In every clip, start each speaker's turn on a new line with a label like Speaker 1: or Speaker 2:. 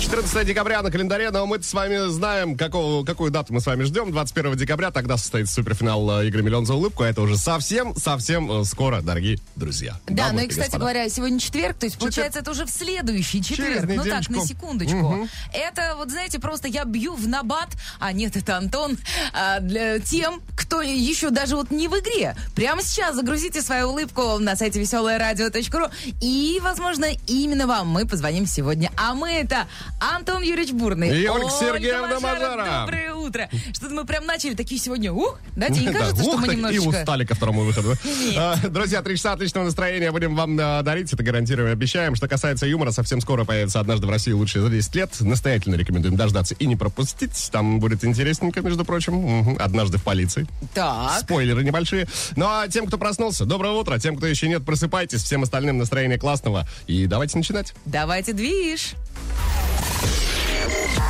Speaker 1: 14 декабря на календаре, но мы с вами знаем, какого, какую дату мы с вами ждем. 21 декабря тогда состоится суперфинал э, игры «Миллион за улыбку». а Это уже совсем-совсем э, скоро, дорогие друзья.
Speaker 2: Да, ну
Speaker 1: дамы
Speaker 2: и, кстати
Speaker 1: господа.
Speaker 2: говоря, сегодня четверг, то есть, получается, это уже в следующий четверг. ну так,
Speaker 1: недельку.
Speaker 2: на секундочку. Это, вот знаете, просто я бью в набат, а нет, это Антон, а, для тем, кто еще даже вот не в игре. Прямо сейчас загрузите свою улыбку на сайте веселоерадио.ру и, возможно, именно вам мы позвоним сегодня. А мы это Антон Юрьевич Бурный.
Speaker 1: И Ольга Сергеевна Мажара.
Speaker 2: Доброе утро. Что-то мы прям начали такие сегодня, ух, да, тебе не
Speaker 1: Да,
Speaker 2: кажется, что
Speaker 1: ух,
Speaker 2: мы
Speaker 1: так И
Speaker 2: немножечко...
Speaker 1: устали ко второму выходу. А, Друзья, три часа отличного настроения будем вам а, дарить, это гарантируем, обещаем. Что касается юмора, совсем скоро появится «Однажды в России лучшие за 10 лет». Настоятельно рекомендуем дождаться и не пропустить. Там будет интересненько, между прочим. Мгм. «Однажды в полиции».
Speaker 2: Так.
Speaker 1: Спойлеры небольшие. Ну а тем, кто проснулся, доброе утро. Тем, кто еще нет, просыпайтесь. Всем остальным настроение классного. И давайте начинать.
Speaker 2: Давайте движ.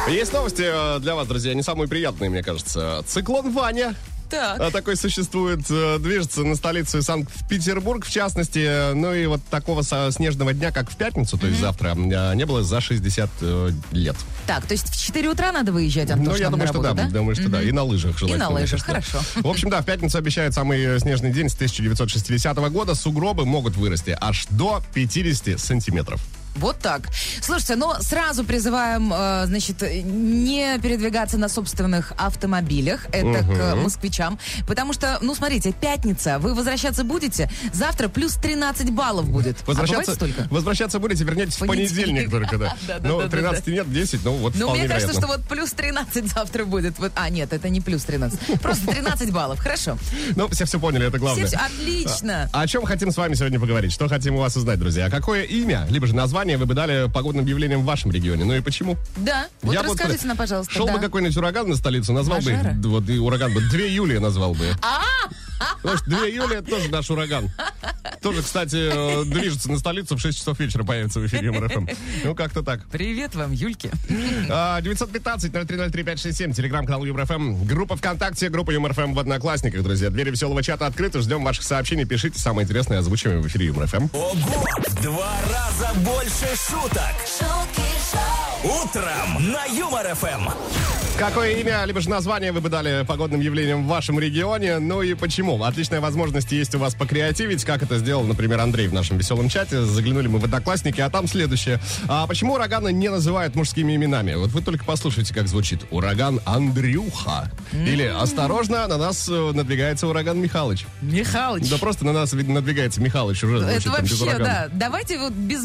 Speaker 1: Есть новости э, для вас, друзья, не самые приятные, мне кажется. Циклон Ваня
Speaker 2: Так.
Speaker 1: А такой существует, э, движется на столицу Санкт-Петербург, в частности. Э, Ну и вот такого со- снежного дня, как в пятницу, то есть завтра, э, не было за 60 э, лет.
Speaker 2: Так, то есть в 4 утра надо выезжать, Антон,
Speaker 1: ну, я
Speaker 2: чтобы
Speaker 1: думаю,
Speaker 2: на
Speaker 1: что
Speaker 2: работу,
Speaker 1: да, думаю, что да. И на лыжах желательно.
Speaker 2: на лыжах,
Speaker 1: мне кажется.
Speaker 2: хорошо.
Speaker 1: В общем, да, в пятницу обещают самый э, снежный день с 1960 года. Сугробы могут вырасти аж до 50 сантиметров.
Speaker 2: Вот так. Слушайте, ну сразу призываем, э, значит, не передвигаться на собственных автомобилях. Это к э, москвичам. Потому что, ну смотрите, пятница, вы возвращаться будете, завтра плюс 13 баллов будет.
Speaker 1: Возвращаться,
Speaker 2: А бывает столько?
Speaker 1: возвращаться будете, вернетесь в понедельник
Speaker 2: Понедельник.
Speaker 1: только, да.
Speaker 2: Да-да-да-да-да.
Speaker 1: Ну, 13 нет, 10, ну вот
Speaker 2: Ну,
Speaker 1: вполне
Speaker 2: мне кажется,
Speaker 1: вероятно.
Speaker 2: что вот плюс 13 завтра будет. Вот, а, нет, это не плюс 13. Просто 13 баллов. Хорошо.
Speaker 1: Ну, все все поняли, это главное.
Speaker 2: Все, все, отлично.
Speaker 1: А О чем хотим с вами сегодня поговорить? Что хотим у вас узнать, друзья? А какое имя, либо же название вы бы дали погодным явлениям в вашем регионе? Ну и почему?
Speaker 2: Да. Вот
Speaker 1: Я бы
Speaker 2: расскажите
Speaker 1: вот,
Speaker 2: нам, пожалуйста.
Speaker 1: Шел
Speaker 2: да.
Speaker 1: бы какой-нибудь ураган на столицу, назвал
Speaker 2: Мажара?
Speaker 1: бы, д- вот и ураган бы, 2 Юлия назвал бы.
Speaker 2: А!
Speaker 1: Потому что 2 Юлия это тоже наш ураган. Тоже, кстати, э, движется на столицу, в 6 часов вечера появится в эфире МРФМ. Ну, как-то так.
Speaker 2: Привет вам, Юльки.
Speaker 1: А, 915-0303-567, телеграм-канал ЮморФМ, группа ВКонтакте, группа ЮморФМ в Одноклассниках, друзья. Двери веселого чата открыты, ждем ваших сообщений, пишите самое интересное, озвучиваем в эфире ЮморФМ.
Speaker 3: Ого! В Два раза больше шуток. Утром на Юмор Эм. ФМ.
Speaker 1: Какое имя, либо же название вы бы дали погодным явлениям в вашем регионе, ну и почему? Отличная возможность есть у вас покреативить, как это сделал, например, Андрей в нашем веселом чате. Заглянули мы в Одноклассники, а там следующее. А почему ураганы не называют мужскими именами? Вот вы только послушайте, как звучит. Ураган Андрюха. Или «Осторожно, на нас э, надвигается ураган Михалыч».
Speaker 2: Михалыч.
Speaker 1: Да просто на нас ведь надвигается Михалыч уже. звучит
Speaker 2: Это
Speaker 1: там без
Speaker 2: вообще,
Speaker 1: урагана.
Speaker 2: да. Давайте вот без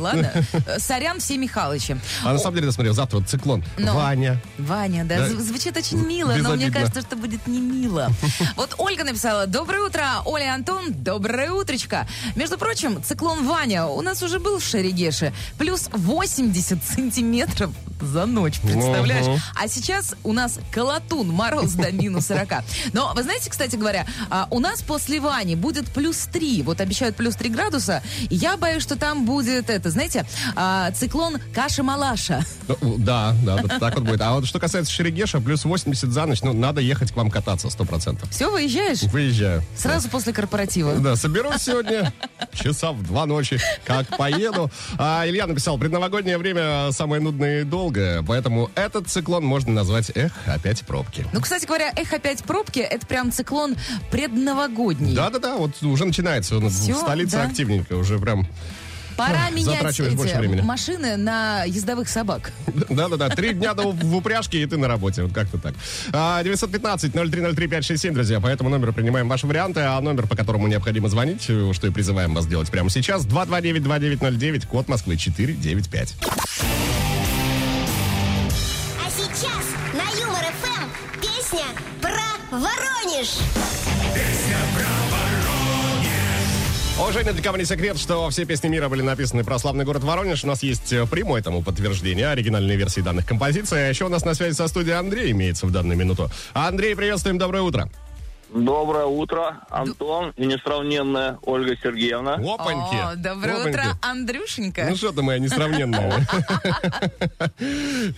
Speaker 2: ладно? Э, Сорян все Михалычи.
Speaker 1: А на самом деле, да, смотри, завтра вот циклон.
Speaker 2: Ну.
Speaker 1: Ваня.
Speaker 2: Ваня, да,
Speaker 1: Да.
Speaker 2: зв- звучит очень мило, но мне
Speaker 1: Безобидно.
Speaker 2: кажется, что будет не мило. Вот Ольга написала, доброе утро, Оля и Антон, доброе утречко. Между прочим, циклон Ваня у нас уже был в Шерегеше, плюс 80 сантиметров за ночь, представляешь?
Speaker 1: Ого.
Speaker 2: А сейчас у нас колотун, мороз до минус 40. Но, вы знаете, кстати говоря, а, у нас после Вани будет плюс 3. Вот обещают плюс 3 градуса. И Я боюсь, что там будет это, знаете, а, циклон каши-малаша.
Speaker 1: Ну, Да, да, вот так вот будет. А вот что касается Шерегеша, плюс 80 за ночь, ну, надо ехать к вам кататься, 100%.
Speaker 2: Все, выезжаешь?
Speaker 1: Выезжаю.
Speaker 2: Сразу после корпоратива.
Speaker 1: Да, соберусь сегодня часа в два ночи, как поеду. А Илья написал, предновогоднее время самое нудное и долгое, поэтому этот циклон можно назвать «Эх, опять пробки».
Speaker 2: Ну, кстати говоря, эх, опять пробки, это прям циклон предновогодний.
Speaker 1: Да-да-да, вот уже начинается. он
Speaker 2: Всё,
Speaker 1: в столице
Speaker 2: да.
Speaker 1: активненько уже прям.
Speaker 2: Пора
Speaker 1: Ах,
Speaker 2: менять
Speaker 1: затрачиваешь больше времени.
Speaker 2: эти машины на ездовых собак.
Speaker 1: Да-да-да, три дня до в упряжке, и ты на работе. Вот как-то так. А, 915-0303-567, друзья. По этому номеру принимаем ваши варианты, а номер, по которому необходимо звонить, э, что и призываем вас делать прямо сейчас, 229-2909, код Москвы 495.
Speaker 4: А сейчас на Юмор ФМ песня про Воронеж.
Speaker 1: Уже ни для кого не секрет, что все песни мира были написаны про славный город Воронеж. У нас есть э, прямое тому подтверждение, оригинальные версии данных композиций. А еще у нас на связи со студией Андрей имеется в данную минуту. Андрей, приветствуем, доброе утро.
Speaker 5: Доброе утро, Антон и несравненная Ольга Сергеевна.
Speaker 2: О,
Speaker 1: Опаньки.
Speaker 2: доброе
Speaker 1: Опаньки.
Speaker 2: утро, Андрюшенька.
Speaker 1: Ну что ты моя несравненная.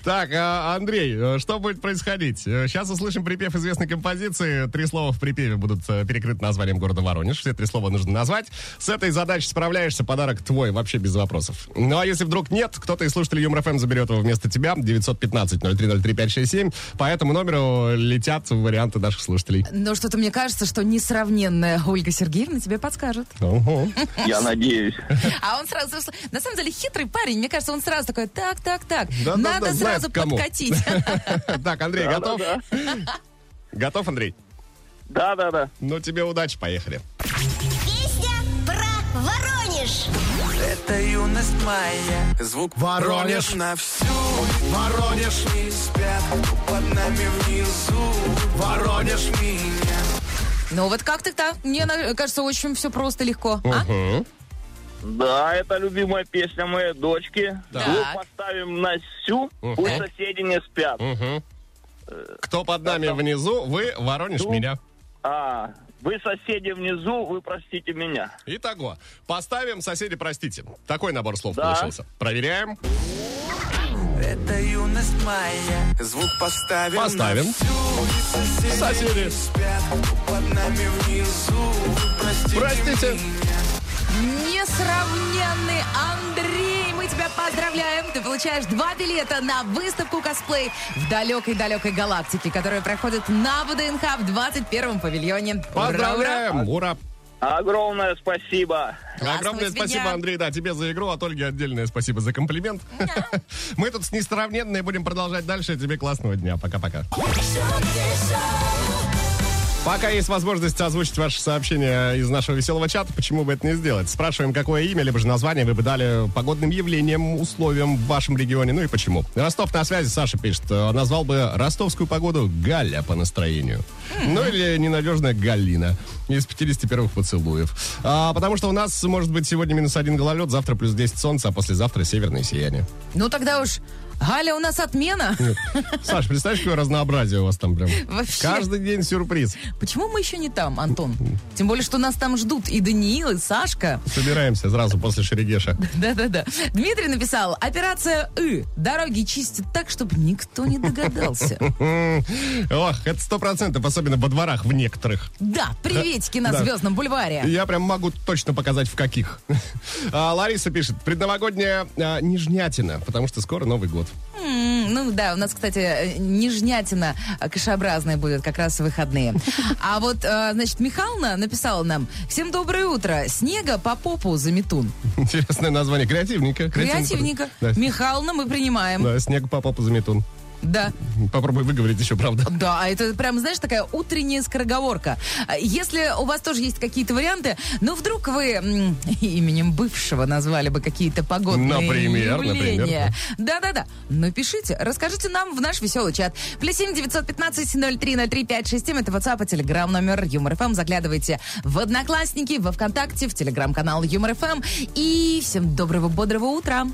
Speaker 1: Так, а, Андрей, э, что будет происходить? Сейчас услышим припев известной композиции. Три слова в припеве будут э, перекрыты названием города Воронеж. Все три слова нужно назвать. С этой задачей справляешься, подарок твой, вообще без вопросов. Ну а если вдруг нет, кто-то из слушателей Юмор ФМ заберет его вместо тебя. 915-0303-567. По этому номеру летят варианты наших слушателей.
Speaker 2: Но что-то мне кажется, что несравненная Ольга Сергеевна тебе подскажет.
Speaker 1: Ого.
Speaker 5: Я надеюсь.
Speaker 2: А он сразу... На самом деле хитрый парень. Мне кажется, он сразу такой, так, так, так.
Speaker 1: Да, да,
Speaker 2: Надо
Speaker 1: да, знает,
Speaker 2: сразу
Speaker 1: к кому.
Speaker 2: подкатить.
Speaker 1: Так, Андрей, готов?
Speaker 5: Да-да-да.
Speaker 1: Готов, Андрей?
Speaker 5: Да-да-да.
Speaker 1: Ну тебе удачи, поехали.
Speaker 4: Песня про Воронеж.
Speaker 6: Это юность моя Звук
Speaker 1: Воронеж.
Speaker 6: на всю
Speaker 1: Воронеж,
Speaker 6: Не спят под нами внизу Воронеж меня
Speaker 2: Ну вот как-то так. Мне на- кажется, очень все просто, легко. А?
Speaker 1: Мгм.
Speaker 5: Да, это любимая песня моей дочки.
Speaker 1: Так.
Speaker 5: Звук поставим на всю,
Speaker 1: Мгм.
Speaker 5: пусть соседи не спят.
Speaker 1: Мгм. Кто под нами внизу, вы воронишь
Speaker 5: Ну.
Speaker 1: меня.
Speaker 5: А, вы соседи внизу, вы простите меня.
Speaker 1: Итого, поставим соседи, простите. Такой набор слов
Speaker 5: Да.
Speaker 1: получился. Проверяем.
Speaker 6: Это юность моя Звук поставим на
Speaker 1: Поставим.
Speaker 6: всю
Speaker 1: Соседи.
Speaker 6: не спят под нами внизу Простите,
Speaker 1: Простите.
Speaker 2: Несравненный Андрей, мы тебя поздравляем. Ты получаешь два билета на выставку косплей в далекой-далекой галактике, которая проходит на ВДНХ в 21-м павильоне. Ура, ура.
Speaker 1: Поздравляем. Ура.
Speaker 5: Огромное спасибо.
Speaker 2: Классного
Speaker 1: Огромное
Speaker 2: тебя
Speaker 1: спасибо,
Speaker 2: дня.
Speaker 1: Андрей, да, тебе за игру, а Ольге отдельное спасибо за комплимент. Мы тут с несравненной будем продолжать дальше. Тебе классного дня. Пока-пока. Пока есть возможность озвучить ваши сообщения из нашего веселого чата, почему бы это не сделать? Спрашиваем, какое имя, либо же название вы бы дали погодным явлениям, условиям в вашем регионе, ну и почему. Ростов на связи, Саша пишет, э, назвал бы ростовскую погоду Галя по настроению. Ну или ненадежная Галина из 51 поцелуев. А, потому что у нас может быть сегодня минус один гололед, завтра плюс 10 солнца, а послезавтра северное сияние.
Speaker 2: Ну тогда уж, Галя, у нас отмена.
Speaker 1: Саш, представь, какое разнообразие у вас там прям.
Speaker 2: Вообще.
Speaker 1: Каждый день сюрприз.
Speaker 2: Почему мы еще не там, Антон? Тем более, что нас там ждут и Даниил, и Сашка.
Speaker 1: Собираемся сразу после Шерегеша.
Speaker 2: Да-да-да. Дмитрий написал, операция «Ы». Дороги чистят так, чтобы никто не догадался.
Speaker 1: М, Ох, это сто процентов, особенно во дворах в некоторых.
Speaker 2: Да, приветики на
Speaker 1: Да.
Speaker 2: Звездном бульваре.
Speaker 1: Я прям могу точно показать, в каких. А, Лариса пишет, предновогодняя а, нежнятина, потому что скоро Новый год.
Speaker 2: М, Ну да, у нас, кстати, э, нежнятина э, кашеобразная будет как раз в выходные. А вот, э, значит, Михална написала нам «Всем доброе утро. Снега по попу заметун».
Speaker 1: Интересное название. Креативника.
Speaker 2: Креативника.
Speaker 1: Да.
Speaker 2: Михална мы принимаем.
Speaker 1: Да, снег по попу заметун.
Speaker 2: Да.
Speaker 1: Попробуй выговорить еще, правда.
Speaker 2: Да, а это прям, знаешь, такая утренняя скороговорка. А Если у вас тоже есть какие-то варианты, но вдруг вы м, именем бывшего назвали бы какие-то погодные
Speaker 1: Например,
Speaker 2: явления. Да-да-да. Ну, пишите, расскажите нам в наш веселый чат. Плюс семь девятьсот пятнадцать ноль три ноль три пять шесть семь. Это WhatsApp и Telegram номер Юмор ФМ. Заглядывайте в Одноклассники, во Вконтакте, в Телеграм-канал Юмор ФМ. И всем доброго, бодрого утра.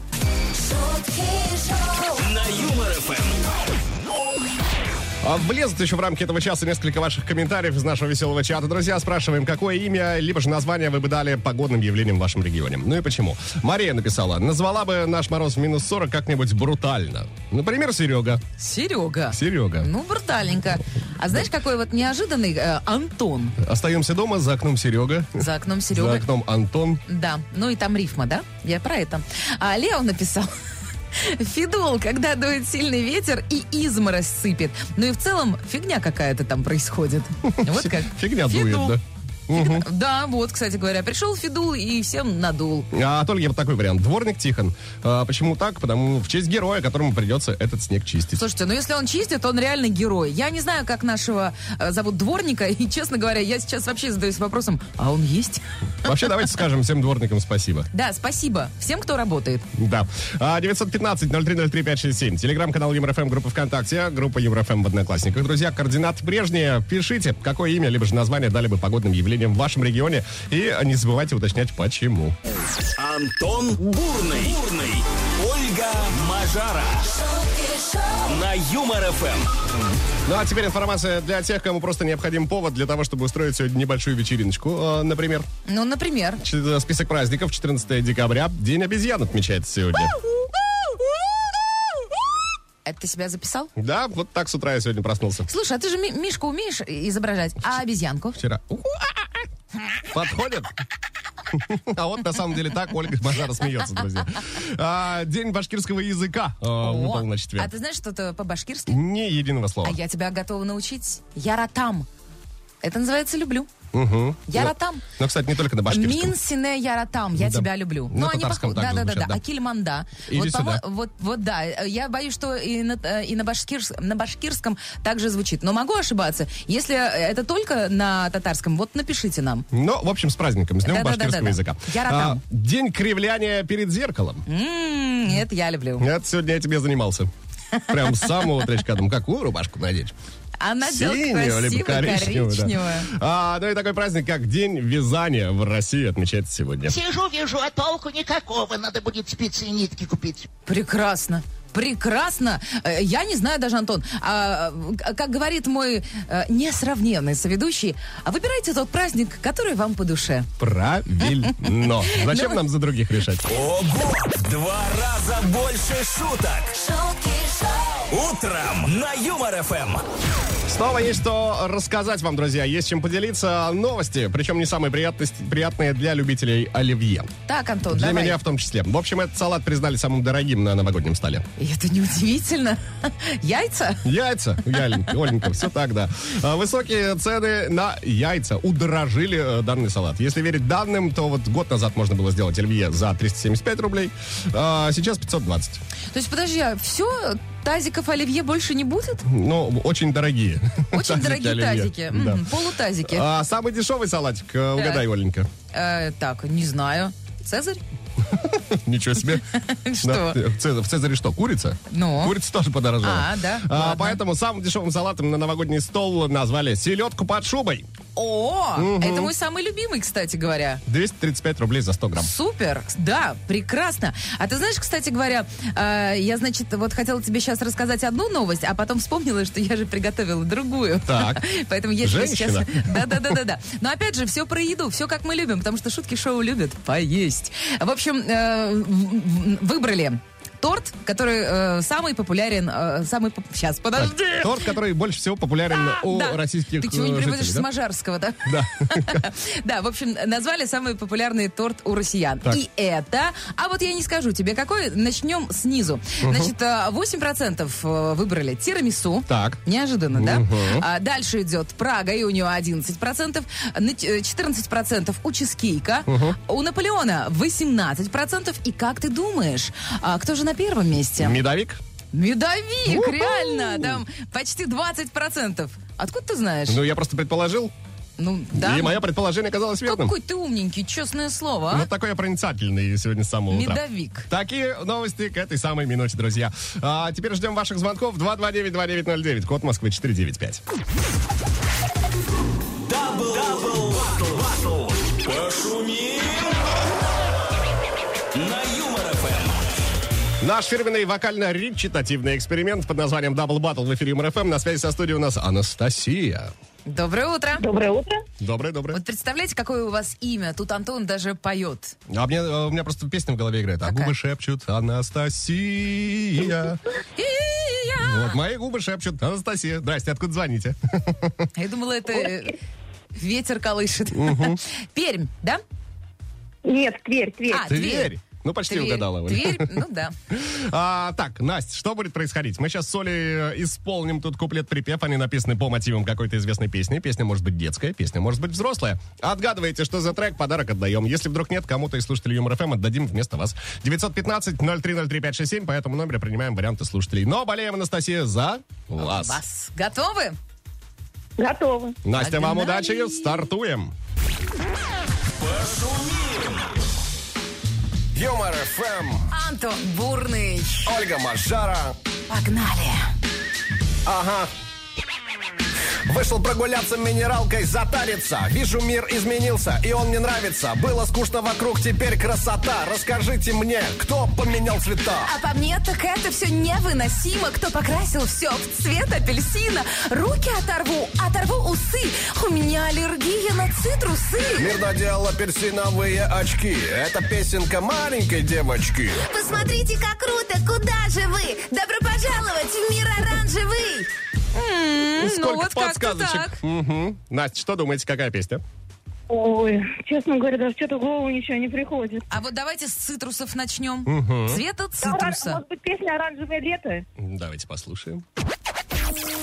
Speaker 3: На Юмор ФМ.
Speaker 1: А Влезут еще в рамки этого часа несколько ваших комментариев из нашего веселого чата. Друзья, спрашиваем, какое имя, либо же название вы бы дали погодным явлениям в вашем регионе. Ну и почему? Мария написала, назвала бы наш мороз в минус 40 как-нибудь брутально. Например, Серега.
Speaker 2: Серега.
Speaker 1: Серега.
Speaker 2: Ну, брутальненько. А знаешь, какой вот неожиданный э, Антон?
Speaker 1: Остаемся дома, за окном Серега.
Speaker 2: За окном
Speaker 1: За
Speaker 2: Серега.
Speaker 1: окном Антон.
Speaker 2: Да, ну и там рифма, да? Я про это. А Лео написал. Фидул, когда дует сильный ветер и изморозь сыпет. Ну и в целом фигня какая-то там происходит. Вот как.
Speaker 1: Фигня
Speaker 2: Фидул.
Speaker 1: дует, да.
Speaker 2: Фигня- Да, вот, кстати говоря, пришел Фидул и всем надул.
Speaker 1: А от Ольги вот такой вариант. Дворник Тихон. А почему так? Потому в честь героя, которому придется этот снег чистить.
Speaker 2: Слушайте, ну если он чистит, он реально герой. Я не знаю, как нашего э, зовут дворника, и, честно говоря, я сейчас вообще задаюсь вопросом, а он есть?
Speaker 1: Вообще, давайте скажем всем дворникам спасибо.
Speaker 2: Да, спасибо всем, кто работает.
Speaker 1: Да. А, 915-0303-567. Телеграм-канал ЮморФМ, группа ВКонтакте, группа ЮморФМ в Одноклассниках. Друзья, координаты прежние. Пишите, какое имя, либо же название дали бы погодным явлениям явлением в вашем регионе. И не забывайте уточнять, почему.
Speaker 3: Антон Бурный. Бурный. Ольга Мажара. На Юмор Эм. ФМ.
Speaker 1: Ну а теперь информация для тех, кому просто необходим повод для того, чтобы устроить сегодня небольшую вечериночку. Э, Например,
Speaker 2: Ну, например.
Speaker 1: ч- э, список праздников 14 декабря. День обезьян отмечается сегодня.
Speaker 2: Это ты себя записал?
Speaker 1: Да, вот так с утра я сегодня проснулся.
Speaker 2: Слушай, а ты же ми- Мишку умеешь изображать, а обезьянку?
Speaker 1: Вчера. Подходит? А вот на самом деле так Ольга Мажара смеется, друзья. А, день башкирского языка э, выпал на
Speaker 2: а
Speaker 1: четверг.
Speaker 2: ты знаешь что-то по-башкирски?
Speaker 1: Ни единого слова.
Speaker 2: А я тебя готова научить. Яратам. Это называется «люблю».
Speaker 1: Угу.
Speaker 2: Яратам.
Speaker 1: Но, кстати, не только на башкирском.
Speaker 2: Минсине Яратам, я
Speaker 1: Да.
Speaker 2: тебя люблю. Ну,
Speaker 1: На татарском
Speaker 2: Да,
Speaker 1: так же
Speaker 2: да, да, да.
Speaker 1: звучат, да.
Speaker 2: Акильманда.
Speaker 1: Иди
Speaker 2: вот,
Speaker 1: сюда.
Speaker 2: помо- вот, вот, да. Э, Я боюсь, что и на, э, и на, башкирс- на башкирском также звучит. Но могу ошибаться. Если это только на татарском, вот напишите нам.
Speaker 1: Ну, в общем, с праздником, с днем
Speaker 2: Да-да-да-да-да.
Speaker 1: башкирского языка. А,
Speaker 2: Яратам.
Speaker 1: день кривляния перед зеркалом.
Speaker 2: М, это я люблю.
Speaker 1: Это сегодня я тебе занимался. Прям с самого тречка. Думаю, какую рубашку надеть?
Speaker 2: Она делает
Speaker 1: Синюю либо
Speaker 2: красиво
Speaker 1: коричневую. да.
Speaker 2: коричневую.
Speaker 1: А, ну и такой праздник, как День вязания в России отмечается сегодня.
Speaker 7: Сижу, вижу, а толку никакого. Надо будет спицы и нитки купить.
Speaker 2: Прекрасно. Прекрасно. Э, Я не знаю даже, Антон, а, э, как говорит мой э, несравненный соведущий, а выбирайте тот праздник, который вам по душе.
Speaker 1: Правильно. Зачем
Speaker 2: Ну.
Speaker 1: нам за других решать?
Speaker 3: Ого! В Два раза больше шуток. Утром на Юмор Эм. ФМ.
Speaker 1: Снова есть что рассказать вам, друзья. Есть чем поделиться. Новости, причем не самые приятность- приятные для любителей оливье.
Speaker 2: Так, Антон,
Speaker 1: Для
Speaker 2: давай.
Speaker 1: меня в том числе. В общем, этот салат признали самым дорогим на новогоднем столе.
Speaker 2: И Это неудивительно. Яйца?
Speaker 1: Яйца, Яленька, Оленька, все так, да. А, Высокие цены на яйца удорожили э, данный салат. Если верить данным, то вот год назад можно было сделать оливье за 375 рублей, а сейчас 520.
Speaker 2: То есть, подожди, а все, тазиков оливье больше не будет?
Speaker 1: Ну, очень дорогие.
Speaker 2: Очень
Speaker 1: тазики
Speaker 2: дорогие
Speaker 1: оливье.
Speaker 2: тазики.
Speaker 1: Да.
Speaker 2: М, Полутазики.
Speaker 1: А самый дешевый салатик, э, угадай, Оленька.
Speaker 2: Э, Так, не знаю. Цезарь?
Speaker 1: Ничего себе.
Speaker 2: Что?
Speaker 1: Да, В Цез- в Цезаре что, курица?
Speaker 2: Ну.
Speaker 1: Курица тоже подорожала.
Speaker 2: А, да,
Speaker 1: А,
Speaker 2: ладно.
Speaker 1: Поэтому самым дешевым салатом на новогодний стол назвали селедку под шубой.
Speaker 2: О, это мой самый любимый, кстати говоря.
Speaker 1: 235 рублей за 100 грамм.
Speaker 2: Супер, да, прекрасно. А ты знаешь, кстати говоря, э, я, значит, вот хотела тебе сейчас рассказать одну новость, а потом вспомнила, что я же приготовила другую.
Speaker 1: Так.
Speaker 2: Поэтому я тебе сейчас...
Speaker 1: Женщина.
Speaker 2: Да-да-да-да-да. Но опять же, все про еду, все как мы любим, потому что шутки шоу любят поесть. В общем, э, в- в- выбрали торт, который э, самый популярен, э, самый... Сейчас, подожди.
Speaker 1: Торт, который больше всего популярен у
Speaker 2: А, Да.
Speaker 1: российских
Speaker 2: Ты чего не
Speaker 1: э,
Speaker 2: приводишь с
Speaker 1: жителей, да?
Speaker 2: Мажарского, да?
Speaker 1: Да.
Speaker 2: Да, в общем, назвали самый популярный торт у россиян.
Speaker 1: Так.
Speaker 2: И это... А вот я не скажу тебе, какой. Начнем снизу. Значит, э, 8% э, выбрали тирамису.
Speaker 1: Так.
Speaker 2: Неожиданно, да?
Speaker 1: Мгм.
Speaker 2: А дальше идет Прага, и у нее 11%. На ч- э, 14% у Чизкейка. У Наполеона 18%. И как ты думаешь, а кто же на первом месте?
Speaker 1: Медовик?
Speaker 2: Медовик,
Speaker 1: У-ху!
Speaker 2: реально, там почти 20%. Откуда ты знаешь?
Speaker 1: Ну, я просто предположил.
Speaker 2: Ну, да.
Speaker 1: И мое предположение оказалось верным.
Speaker 2: Какой ты умненький, честное слово, а?
Speaker 1: Вот такой я проницательный сегодня с самого утра.
Speaker 2: Медовик.
Speaker 1: Такие новости к этой самой минуте, друзья. А теперь ждем ваших звонков 229-2909, код Москвы 495.
Speaker 3: Дабл, дабл, батл, батл. Пошумим. На Юмор Эм. ФМ.
Speaker 1: Наш фирменный вокально-речитативный эксперимент под названием Double Battle в эфире МРФМ. На связи со студией у нас Анастасия.
Speaker 2: Доброе утро.
Speaker 8: Доброе утро.
Speaker 1: Доброе-доброе.
Speaker 2: Вот представляете, какое у вас имя? Тут Антон даже поет.
Speaker 1: А мне, э, у меня просто песня в голове играет. А
Speaker 2: Какая?
Speaker 1: губы шепчут Анастасия.
Speaker 2: И я.
Speaker 1: Вот мои губы шепчут Анастасия. Здрасте, откуда звоните?
Speaker 2: Я думала, это э, ветер колышет. Пермь, да?
Speaker 8: Нет, Тверь, Тверь.
Speaker 2: А,
Speaker 1: Тверь. Ну, почти
Speaker 2: Тверь.
Speaker 1: угадала. Оля.
Speaker 2: Тверь, ну да.
Speaker 1: А, так, Настя, что будет происходить? Мы сейчас с Олей э, исполним тут куплет-припев. Они написаны по мотивам какой-то известной песни. Песня может быть детская, песня может быть взрослая. Отгадывайте, что за трек, подарок отдаем. Если вдруг нет, кому-то из слушателей Юмор ФМ отдадим вместо вас. 915-0303-567. По этому номеру принимаем варианты слушателей. Но болеем, Анастасия, за вас.
Speaker 2: А, Вас. Готовы?
Speaker 8: Готовы.
Speaker 1: Настя, вам
Speaker 2: Погнали.
Speaker 1: удачи. Стартуем.
Speaker 6: Юмор ФМ,
Speaker 2: Антон Бурный.
Speaker 6: Ольга Маржара.
Speaker 2: Погнали.
Speaker 6: Ага. В
Speaker 9: Вышел прогуляться минералкой, затариться. Вижу, мир изменился, и он мне нравится. Было скучно вокруг, теперь красота. Расскажите мне, кто поменял цвета?
Speaker 2: А по мне так это все невыносимо. Кто покрасил все в цвет апельсина? Руки оторву, оторву усы. У меня аллергия на цитрусы.
Speaker 9: Мир надел апельсиновые очки. Это песенка маленькой девочки.
Speaker 4: Посмотрите, как круто! Куда же вы? Добро пожаловать в мир оранжевый!
Speaker 2: М,
Speaker 1: Сколько
Speaker 2: Ну вот как-то
Speaker 1: подсказочек.
Speaker 2: так.
Speaker 1: Мгм. Настя, что думаете, какая песня?
Speaker 8: Ой, честно говоря, даже что-то в голову ничего не приходит.
Speaker 2: А вот давайте с цитрусов начнем. Цвета цитруса.
Speaker 8: Может быть, песня «Оранжевое лето»?
Speaker 1: Давайте послушаем.
Speaker 4: Оранжевое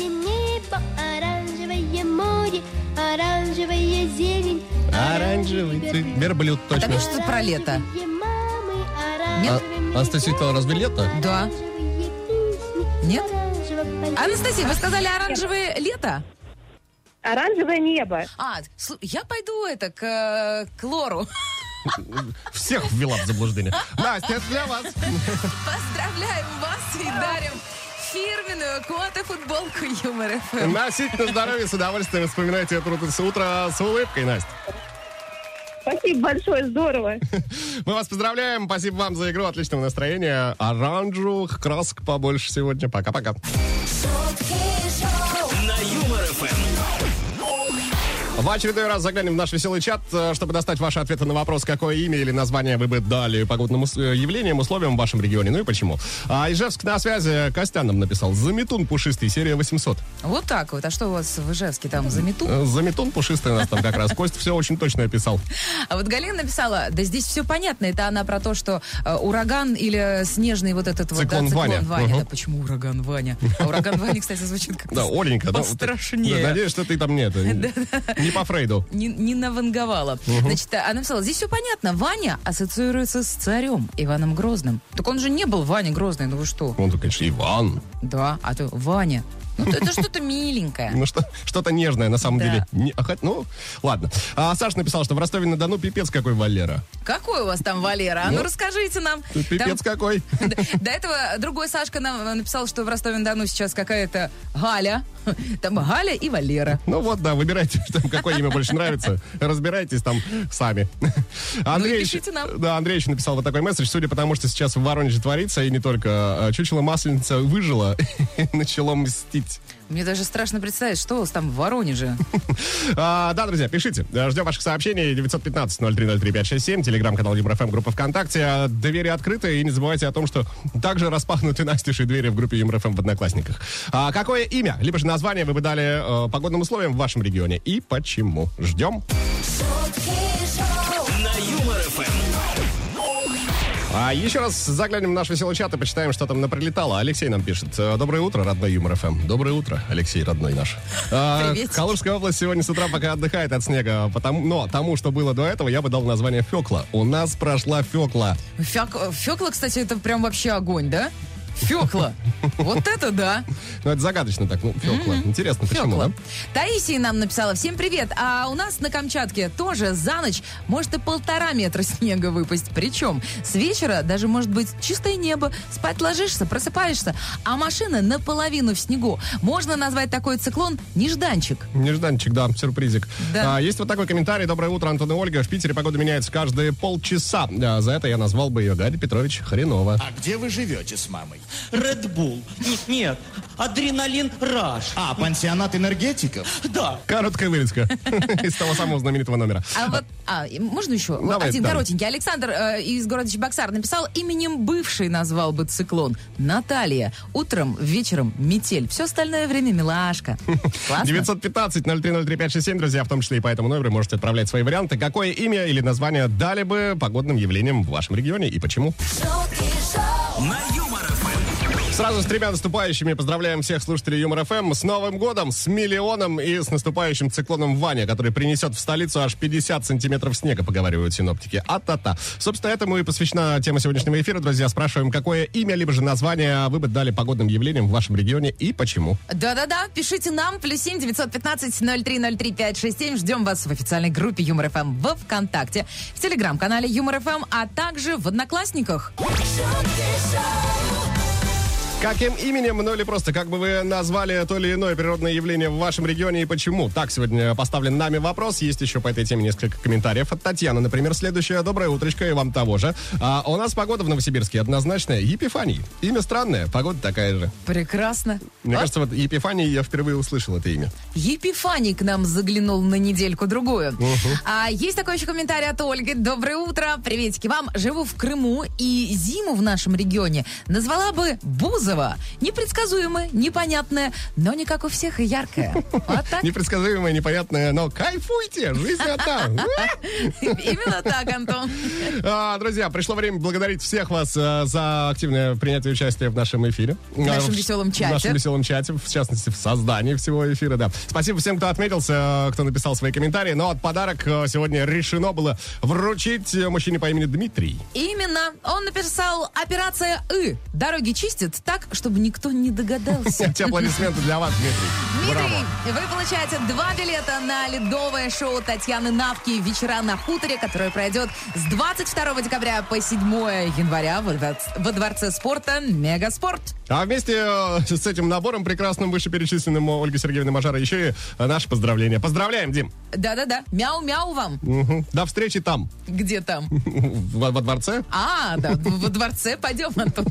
Speaker 4: небо, оранжевое море, оранжевая зелень,
Speaker 1: Вера Блюд,
Speaker 2: там
Speaker 1: точно.
Speaker 2: есть что-то про лето?
Speaker 4: Нет?
Speaker 1: А- Анастасия сказала, разве лето?
Speaker 2: Да. Нет? Анастасия, вы сказали оранжевое лето?
Speaker 8: «Оранжевое небо».
Speaker 2: А, слу- я пойду это к, э, к Лору.
Speaker 1: Всех ввела в заблуждение. Настя, это для вас.
Speaker 2: Поздравляем вас и дарим фирменную кота-футболку Юмор Эм. ФМ.
Speaker 1: Носите на здоровье, с удовольствием вспоминайте это утро с утра с улыбкой, Настя.
Speaker 8: Спасибо большое, здорово.
Speaker 1: Мы вас поздравляем, спасибо вам за игру, отличного настроения, оранжевых красок побольше сегодня. Пока-пока.
Speaker 3: На Юмор ФМ.
Speaker 1: В очередной раз заглянем в наш веселый чат, э, чтобы достать ваши ответы на вопрос, какое имя или название вы бы дали погодным ус- э, явлениям, условиям в вашем регионе, ну и почему. А Ижевск на связи, Костян нам написал, «Заметун пушистый, серия 800».
Speaker 2: Вот так вот. А что у вас в Ижевске там за мету?
Speaker 1: Э, Заметун пушистый у нас там как раз. Кость все очень точно описал.
Speaker 2: А вот Галина написала, да здесь все понятно. Это она про то, что э, ураган или снежный вот этот вот да,
Speaker 1: Циклон Ваня. Мгм.
Speaker 2: Да почему ураган Ваня? А ураган Ваня, кстати, звучит как-то
Speaker 1: Да, Оленька. да, вот-
Speaker 2: пострашнее.
Speaker 1: Да, Надеюсь, что ты там нет. Не по Фрейду.
Speaker 2: не, не наванговала. Значит, а, она написала, здесь все понятно, Ваня ассоциируется с царем Иваном Грозным. Так он же не был Ваня Грозный, ну вы что?
Speaker 1: Он тут, конечно, Иван.
Speaker 2: Да, а то Ваня. Ну, это что-то миленькое.
Speaker 1: Ну, что, что-то нежное, на самом
Speaker 2: Да.
Speaker 1: деле. Не- а хоть- ну, ладно. А Саша написал, что в Ростове-на-Дону пипец какой Валера.
Speaker 2: Какой у вас там Валера? А ну,
Speaker 1: Ну,
Speaker 2: расскажите нам.
Speaker 1: Тут
Speaker 2: Там-
Speaker 1: Пипец какой.
Speaker 2: До этого другой Сашка нам написал, что в Ростове-на-Дону сейчас какая-то Галя. Там Галя и Валера.
Speaker 1: Ну вот, да, выбирайте, там, какое имя больше нравится. Разбирайтесь там сами. Андрей,
Speaker 2: Ну пишите нам.
Speaker 1: Да, Андрей еще написал вот такой месседж. Судя по тому, что сейчас в Воронеже творится, и не только. э, Чучело масленица выжило и начало мстить.
Speaker 2: Мне даже страшно представить, что у вас там в Воронеже.
Speaker 1: А, да, друзья, пишите. Э, Ждем ваших сообщений. 915-0303-567, телеграм-канал Юмор-ФМ, группа ВКонтакте. А, Двери открыты, и не забывайте о том, что также распахнуты настежь и двери в группе Юмор-ФМ в Одноклассниках. А, какое имя, либо же название вы бы дали э, погодным условиям в вашем регионе и почему? Ждем.
Speaker 3: На Юмор ФМ.
Speaker 1: А еще раз заглянем в наш веселый чат и почитаем, что там наприлетало. Алексей нам пишет. Э, Доброе утро, родной Юмор ФМ. Доброе утро, Алексей, родной наш. А,
Speaker 2: Приветики.
Speaker 1: Калужская область сегодня с утра пока отдыхает от снега. Потому, но тому, что было до этого, я бы дал название Фекла. У нас прошла Фекла.
Speaker 2: Фяк- Фёкла, кстати, это прям вообще огонь, да? Фёкла. Вот это да.
Speaker 1: Ну, это загадочно так. Ну, Фекла. Интересно, почему,
Speaker 2: Фёкла.
Speaker 1: да?
Speaker 2: Таисия нам написала. Всем привет. А у нас на Камчатке тоже за ночь может и полтора метра снега выпасть. Причем с вечера даже может быть чистое небо. Спать ложишься, просыпаешься, а машина наполовину в снегу. Можно назвать такой циклон нежданчик.
Speaker 1: Нежданчик, да, сюрпризик.
Speaker 2: Да.
Speaker 1: А, есть вот такой комментарий. Доброе утро, Антон и Ольга. В Питере погода меняется каждые полчаса. А, за это я назвал бы ее Гарри Петрович Хренова.
Speaker 10: А где вы живете с мамой? Редбул. Нет, нет. Адреналин Раш.
Speaker 7: А, пансионат энергетиков?
Speaker 10: Да.
Speaker 1: Короткая вырезка из того самого знаменитого номера.
Speaker 2: А вот, а, и можно еще? Вот
Speaker 1: Давай,
Speaker 2: один
Speaker 1: да.
Speaker 2: коротенький. Александр э, из города Чебоксар написал, именем бывший назвал бы циклон. Наталья. Утром, вечером метель. Все остальное время милашка. Классно.
Speaker 1: 915-0303-567, друзья, в том числе и по этому номеру можете отправлять свои варианты. Какое имя или название дали бы погодным явлениям в вашем регионе и почему?
Speaker 3: На Юмор Эм. ФМ.
Speaker 1: Сразу с тремя наступающими поздравляем всех слушателей Юмор ФМ с Новым годом, с миллионом и с наступающим циклоном Ваня, который принесет в столицу аж 50 сантиметров снега, поговаривают синоптики. А-та-та. Собственно, этому и посвящена тема сегодняшнего эфира. Друзья, спрашиваем, какое имя, либо же название вы бы дали погодным явлениям в вашем регионе и почему?
Speaker 2: Да-да-да, пишите нам, плюс семь девятьсот пятнадцать ноль три ноль три пять шесть семь. Ждем вас в официальной группе Юмор ФМ во Вконтакте, в телеграм-канале Юмор ФМ, а также в Одноклассниках.
Speaker 1: Каким именем, ну или просто как бы вы назвали то или иное природное явление в вашем регионе и почему? Так сегодня поставлен нами вопрос. Есть еще по этой теме несколько комментариев от Татьяны. Например, следующее. Доброе утречко и вам того же. А у нас погода в Новосибирске однозначная. Епифаний. Имя странное, погода такая же.
Speaker 2: Прекрасно.
Speaker 1: Мне кажется, вот Епифаний я впервые услышал это имя.
Speaker 2: Епифаний к нам заглянул на недельку-другую. А есть такой еще комментарий от Ольги. Доброе утро, приветики вам. Живу в Крыму и зиму в нашем регионе назвала бы Бузова. Непредсказуемая, непонятная, но не как у всех и яркая. Вот так.
Speaker 1: Непредсказуемое, непонятное, но кайфуйте, жизнь одна.
Speaker 2: Именно так, Антон.
Speaker 1: А, Друзья, пришло время благодарить всех вас э, за активное принятие участия в нашем эфире. Э, В
Speaker 2: нашем веселом чате.
Speaker 1: В нашем веселом чате, в частности, в создании всего эфира, да. Спасибо всем, кто отметился, э, кто написал свои комментарии. Но от подарок э, сегодня решено было вручить э, мужчине по имени Дмитрий.
Speaker 2: Именно. Он написал «Операция И». Дороги чистят так, чтобы никто не догадался.
Speaker 1: Те аплодисменты для вас, Дмитрий.
Speaker 2: Дмитрий,
Speaker 1: Браво.
Speaker 2: вы получаете два билета на ледовое шоу Татьяны Навки «Вечера на хуторе», которое пройдет с 22 декабря по 7 января во дворц- во Дворце спорта «Мегаспорт».
Speaker 1: А вместе э, с этим набором прекрасным вышеперечисленным э, у Ольги Сергеевны Мажара еще и э, наше поздравление. Поздравляем, Дим.
Speaker 2: Да-да-да, мяу-мяу вам.
Speaker 1: Мгм. До встречи там,
Speaker 2: Где там?
Speaker 1: во, во дворце.
Speaker 2: А, да, в- во дворце пойдем, а Антон.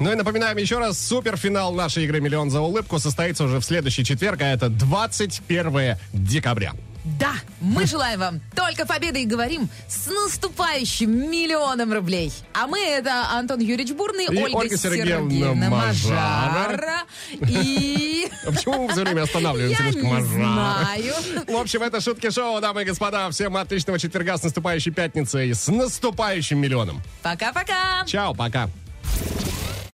Speaker 1: Ну и напоминаем еще раз, суперфинал нашей игры «Миллион за улыбку» состоится уже в следующий четверг, а это 21 декабря.
Speaker 2: Да, мы желаем вам только победы и говорим с наступающим миллионом рублей. А мы это Антон Юрьевич Бурный,
Speaker 1: И
Speaker 2: Ольга,
Speaker 1: Ольга Сергеевна
Speaker 2: Мажара. И...
Speaker 1: А Почему мы все время останавливаемся?
Speaker 2: Я
Speaker 1: Мишка?
Speaker 2: не
Speaker 1: Мажара.
Speaker 2: знаю.
Speaker 1: В общем, это шутки-шоу, дамы и господа. Всем отличного четверга с наступающей пятницей, с наступающим миллионом.
Speaker 2: Пока-пока.
Speaker 1: Чао, пока.